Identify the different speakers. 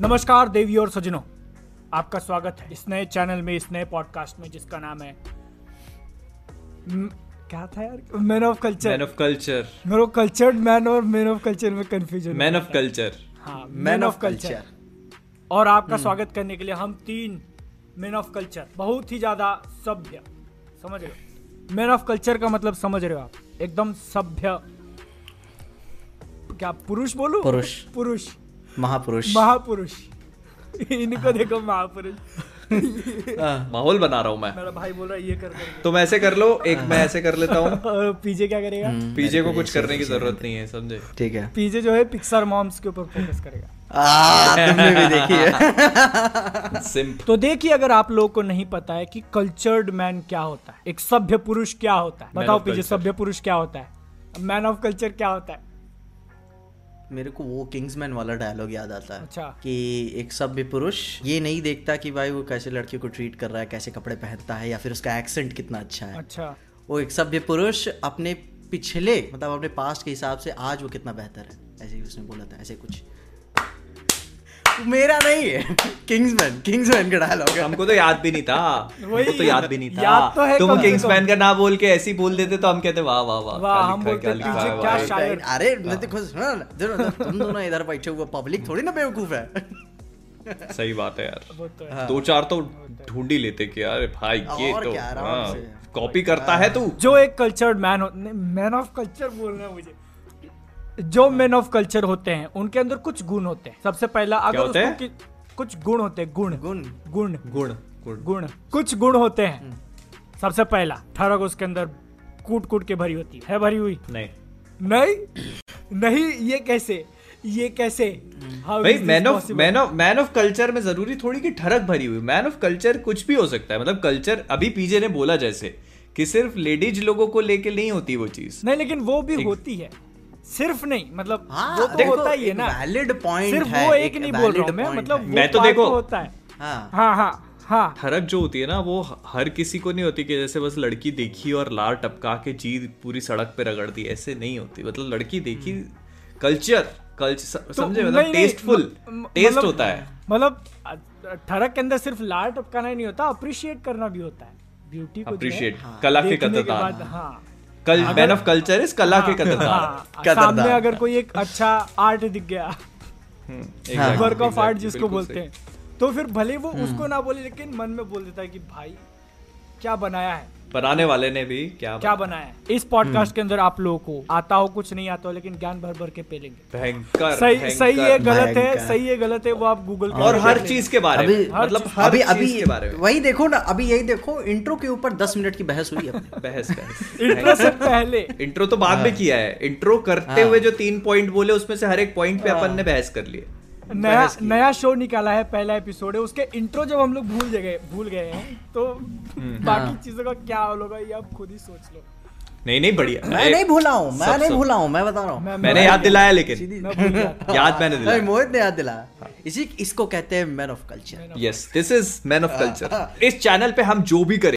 Speaker 1: नमस्कार देवी और सज्जनों आपका स्वागत है इस नए चैनल में इस नए पॉडकास्ट में जिसका नाम है म- क्या था यार man of
Speaker 2: man
Speaker 1: culture
Speaker 2: of culture
Speaker 1: मेरे कल्चर्ड मैन और मैन ऑफ कल्चर में कंफ्यूजन
Speaker 2: मैन ऑफ कल्चर
Speaker 1: हाँ मैन ऑफ कल्चर और आपका स्वागत करने के लिए हम तीन मैन ऑफ कल्चर बहुत ही ज़्यादा सभ्य समझ रहे हो मैन ऑफ कल्चर का मतलब समझ रहे हो आप एकदम सभ्य क्या पुरुष बोलो
Speaker 3: पुरुष।
Speaker 1: पुरुष
Speaker 3: महापुरुष
Speaker 1: महापुरुष इनको देखो महापुरुष
Speaker 2: हाँ, माहौल बना रहा हूँ मैं
Speaker 1: मेरा भाई बोल रहा है ये कर कर
Speaker 2: तुम ऐसे कर लो एक मैं ऐसे कर लेता हूँ
Speaker 1: और पीजे क्या करेगा
Speaker 3: हम्म,
Speaker 2: पीजे को कुछ करने की जरूरत नहीं है समझे
Speaker 3: ठीक है
Speaker 1: पीजे जो है पिक्सर मॉम्स के ऊपर फोकस करेगा
Speaker 3: आ, तुमने भी देखी है
Speaker 2: सिंप
Speaker 1: तो देखिए अगर आप लोगों को नहीं पता है कि कल्चर्ड मैन क्या होता है एक सभ्य पुरुष क्या होता है
Speaker 2: Man
Speaker 1: बताओ
Speaker 2: of
Speaker 1: पीजे
Speaker 2: culture.
Speaker 1: सभ्य पुरुष क्या होता है मैन ऑफ कल्चर क्या होता है
Speaker 3: मेरे को वो किंग्समैन वाला डायलॉग याद आता है
Speaker 1: अच्छा।
Speaker 3: कि एक सभ्य पुरुष ये नहीं देखता कि भाई वो कैसे लड़की को ट्रीट कर रहा है कैसे कपड़े पहनता है या फिर उसका एक्सेंट कितना अच्छा है
Speaker 1: अच्छा
Speaker 3: वो एक सभ्य पुरुष अपने पिछले मतलब अपने पास्ट के हिसाब से आज वो कितना बेहतर है ऐसे ही उसने बोला था ऐसे कुछ मेरा नहीं है किंग्समैन किंग्समैन का डायलॉग है
Speaker 2: हमको तो याद भी नहीं था
Speaker 1: वही।
Speaker 2: हमको तो याद भी नहीं था
Speaker 1: याद तो है कम
Speaker 2: तुम
Speaker 1: से
Speaker 2: किंग्समैन
Speaker 1: कम।
Speaker 2: का ना बोल के ऐसे ही बोल देते तो हम कहते वाह वाह वाह
Speaker 1: वाह,
Speaker 2: क्या
Speaker 1: हम
Speaker 2: लिखा है,
Speaker 1: बोलते
Speaker 2: क्या लिखा
Speaker 1: तुझे
Speaker 2: है,
Speaker 1: क्या
Speaker 2: वाह।
Speaker 1: शायर।
Speaker 3: अरे
Speaker 2: हाँ।
Speaker 3: मैं देखो सुनो ना, देखो ना, तुम दोनों इधर बैठे हुए पब्लिक थोड़ी ना बेवकूफ है
Speaker 2: सही बात है यार
Speaker 1: वो तो है
Speaker 2: दो चार तो ढूंढ ही लेते कि यार भाई ये
Speaker 3: हाँ। और
Speaker 2: तो
Speaker 3: क्या, आराम से। हाँ।
Speaker 2: कॉपी करता है तू
Speaker 1: जो एक cultured man man of culture बोलना है मुझे जो मैन ऑफ कल्चर होते हैं उनके अंदर कुछ गुण होते हैं सबसे पहला अगर
Speaker 2: होते
Speaker 1: उसको
Speaker 2: हैं?
Speaker 1: कि- कुछ गुण होते हैं गुण
Speaker 3: गुण
Speaker 1: गुण
Speaker 2: गुण गुण
Speaker 1: गुण कुछ गुण होते हैं
Speaker 3: हम्म।
Speaker 1: सबसे पहला ठरक उसके अंदर कूट कूट के भरी होती है है भरी हुई
Speaker 2: नहीं
Speaker 1: नहीं नहीं ये कैसे ये कैसे
Speaker 3: हम्म।
Speaker 1: How
Speaker 2: भाई
Speaker 1: is this
Speaker 2: man of
Speaker 1: possible?
Speaker 2: Man of man of culture में जरूरी थोड़ी कि ठरक भरी हुई मैन ऑफ कल्चर कुछ भी हो सकता है मतलब कल्चर अभी पीजे ने बोला जैसे कि सिर्फ लेडीज लोगों को लेके नहीं होती वो चीज
Speaker 1: नहीं लेकिन वो भी होती है सिर्फ नहीं मतलब
Speaker 3: हाँ,
Speaker 1: वो तो
Speaker 3: देखो,
Speaker 1: होता ही है
Speaker 3: एक
Speaker 1: ना
Speaker 3: valid point
Speaker 1: सिर्फ
Speaker 3: है,
Speaker 1: वो एक
Speaker 3: एक
Speaker 1: नहीं बोल रहा हूँ
Speaker 3: valid
Speaker 1: मैं
Speaker 3: point
Speaker 1: मतलब
Speaker 3: है।
Speaker 1: वो
Speaker 2: मैं तो
Speaker 1: part
Speaker 2: देखो-
Speaker 1: होता है
Speaker 3: हाँ
Speaker 1: हाँ हाँ हाँ
Speaker 2: ठरक जो होती है ना वो हर किसी को नहीं होती कि जैसे बस लड़की देखी और लार टपका के जीत पूरी सड़क पे रगड़ दी ऐसे नहीं होती मतलब लड़की देखी कल्चर कल्चर समझे
Speaker 1: हम्म। तो नहीं,
Speaker 2: मतलब
Speaker 1: नहीं,
Speaker 2: टेस्टफुल
Speaker 1: म- म-
Speaker 2: टेस्ट
Speaker 1: मतलब-
Speaker 2: होता है
Speaker 1: मतलब अ- ठरक के अंदर सिर्फ लार टपकाना ही नहीं होता अप्रिशिएट करना भी होता है ब्यूटी को जो है, हाँ,
Speaker 2: Appreciate, कला के
Speaker 1: देखने
Speaker 2: कदरदान।
Speaker 1: बाद, हाँ
Speaker 2: कल मैन ऑफ कल्चर इज कला के कदरदान
Speaker 1: हाँ,
Speaker 3: कदरदान।
Speaker 1: सामने अगर कोई एक अच्छा आर्ट दिख गया
Speaker 2: Exactly,
Speaker 1: work of art
Speaker 2: exactly,
Speaker 1: जिसको
Speaker 2: बिल्कुल
Speaker 1: बोलते
Speaker 2: सही। हम्म।
Speaker 1: हैं तो फिर भले वो उसको ना बोले लेकिन मन में बोल देता है कि भाई क्या बनाया है
Speaker 2: बनाने वाले ने भी क्या
Speaker 1: क्या बनाया है इस
Speaker 2: हम्म।
Speaker 1: पॉडकास्ट के अंदर आप लोगों को आता हो कुछ नहीं आता हो लेकिन ज्ञान भर भर के पेलेंगे
Speaker 2: भयंकर
Speaker 1: सही सही है
Speaker 2: भयंकर।
Speaker 1: गलत है
Speaker 3: भयंकर।
Speaker 1: सही है गलत है वो आप गूगल
Speaker 2: और हर चीज के बारे
Speaker 3: हाँ, अभी
Speaker 2: में मतलब हर
Speaker 3: अभी
Speaker 2: चीज
Speaker 3: अभी
Speaker 2: के बारे में
Speaker 3: वही देखो ना अभी यही देखो इंट्रो के ऊपर दस मिनट की बहस हुई अपनी
Speaker 2: बहस बहस
Speaker 1: इंट्रो से पहले
Speaker 2: इंट्रो तो बाद में किया है इंट्रो करते
Speaker 3: हाँ।
Speaker 2: हुए जो तीन पॉइंट बोले उसमें से हर एक पॉइंट पे
Speaker 1: हाँ।
Speaker 2: अपन ने बहस कर लिए
Speaker 1: नया नया शो निकाला है पहला एपिसोड है उसके इंट्रो जब हम लोग भूल गए भूल गए हैं तो बाकी चीजों का क्या हाल होगा ये आप खुद ही सोच लो
Speaker 2: नहीं नहीं बढ़िया
Speaker 3: मैं
Speaker 2: अरे,
Speaker 3: नहीं भूला हूँ मैं
Speaker 2: सब-
Speaker 3: नहीं
Speaker 2: सब।
Speaker 3: भूला हूँ मैं बता रहा हूँ
Speaker 1: मैं-
Speaker 2: मैंने
Speaker 1: मैं-
Speaker 2: याद दिलाया लेकिन
Speaker 1: मैं भूल गया था।
Speaker 2: याद मैंने
Speaker 3: अरे,
Speaker 2: दिलाया
Speaker 3: मोहित ने याद दिलाया इसी इसको कहते हैं मैन ऑफ कल्चर हाँ।
Speaker 2: Yes this is man of culture इस चैनल पे हम जो भी करें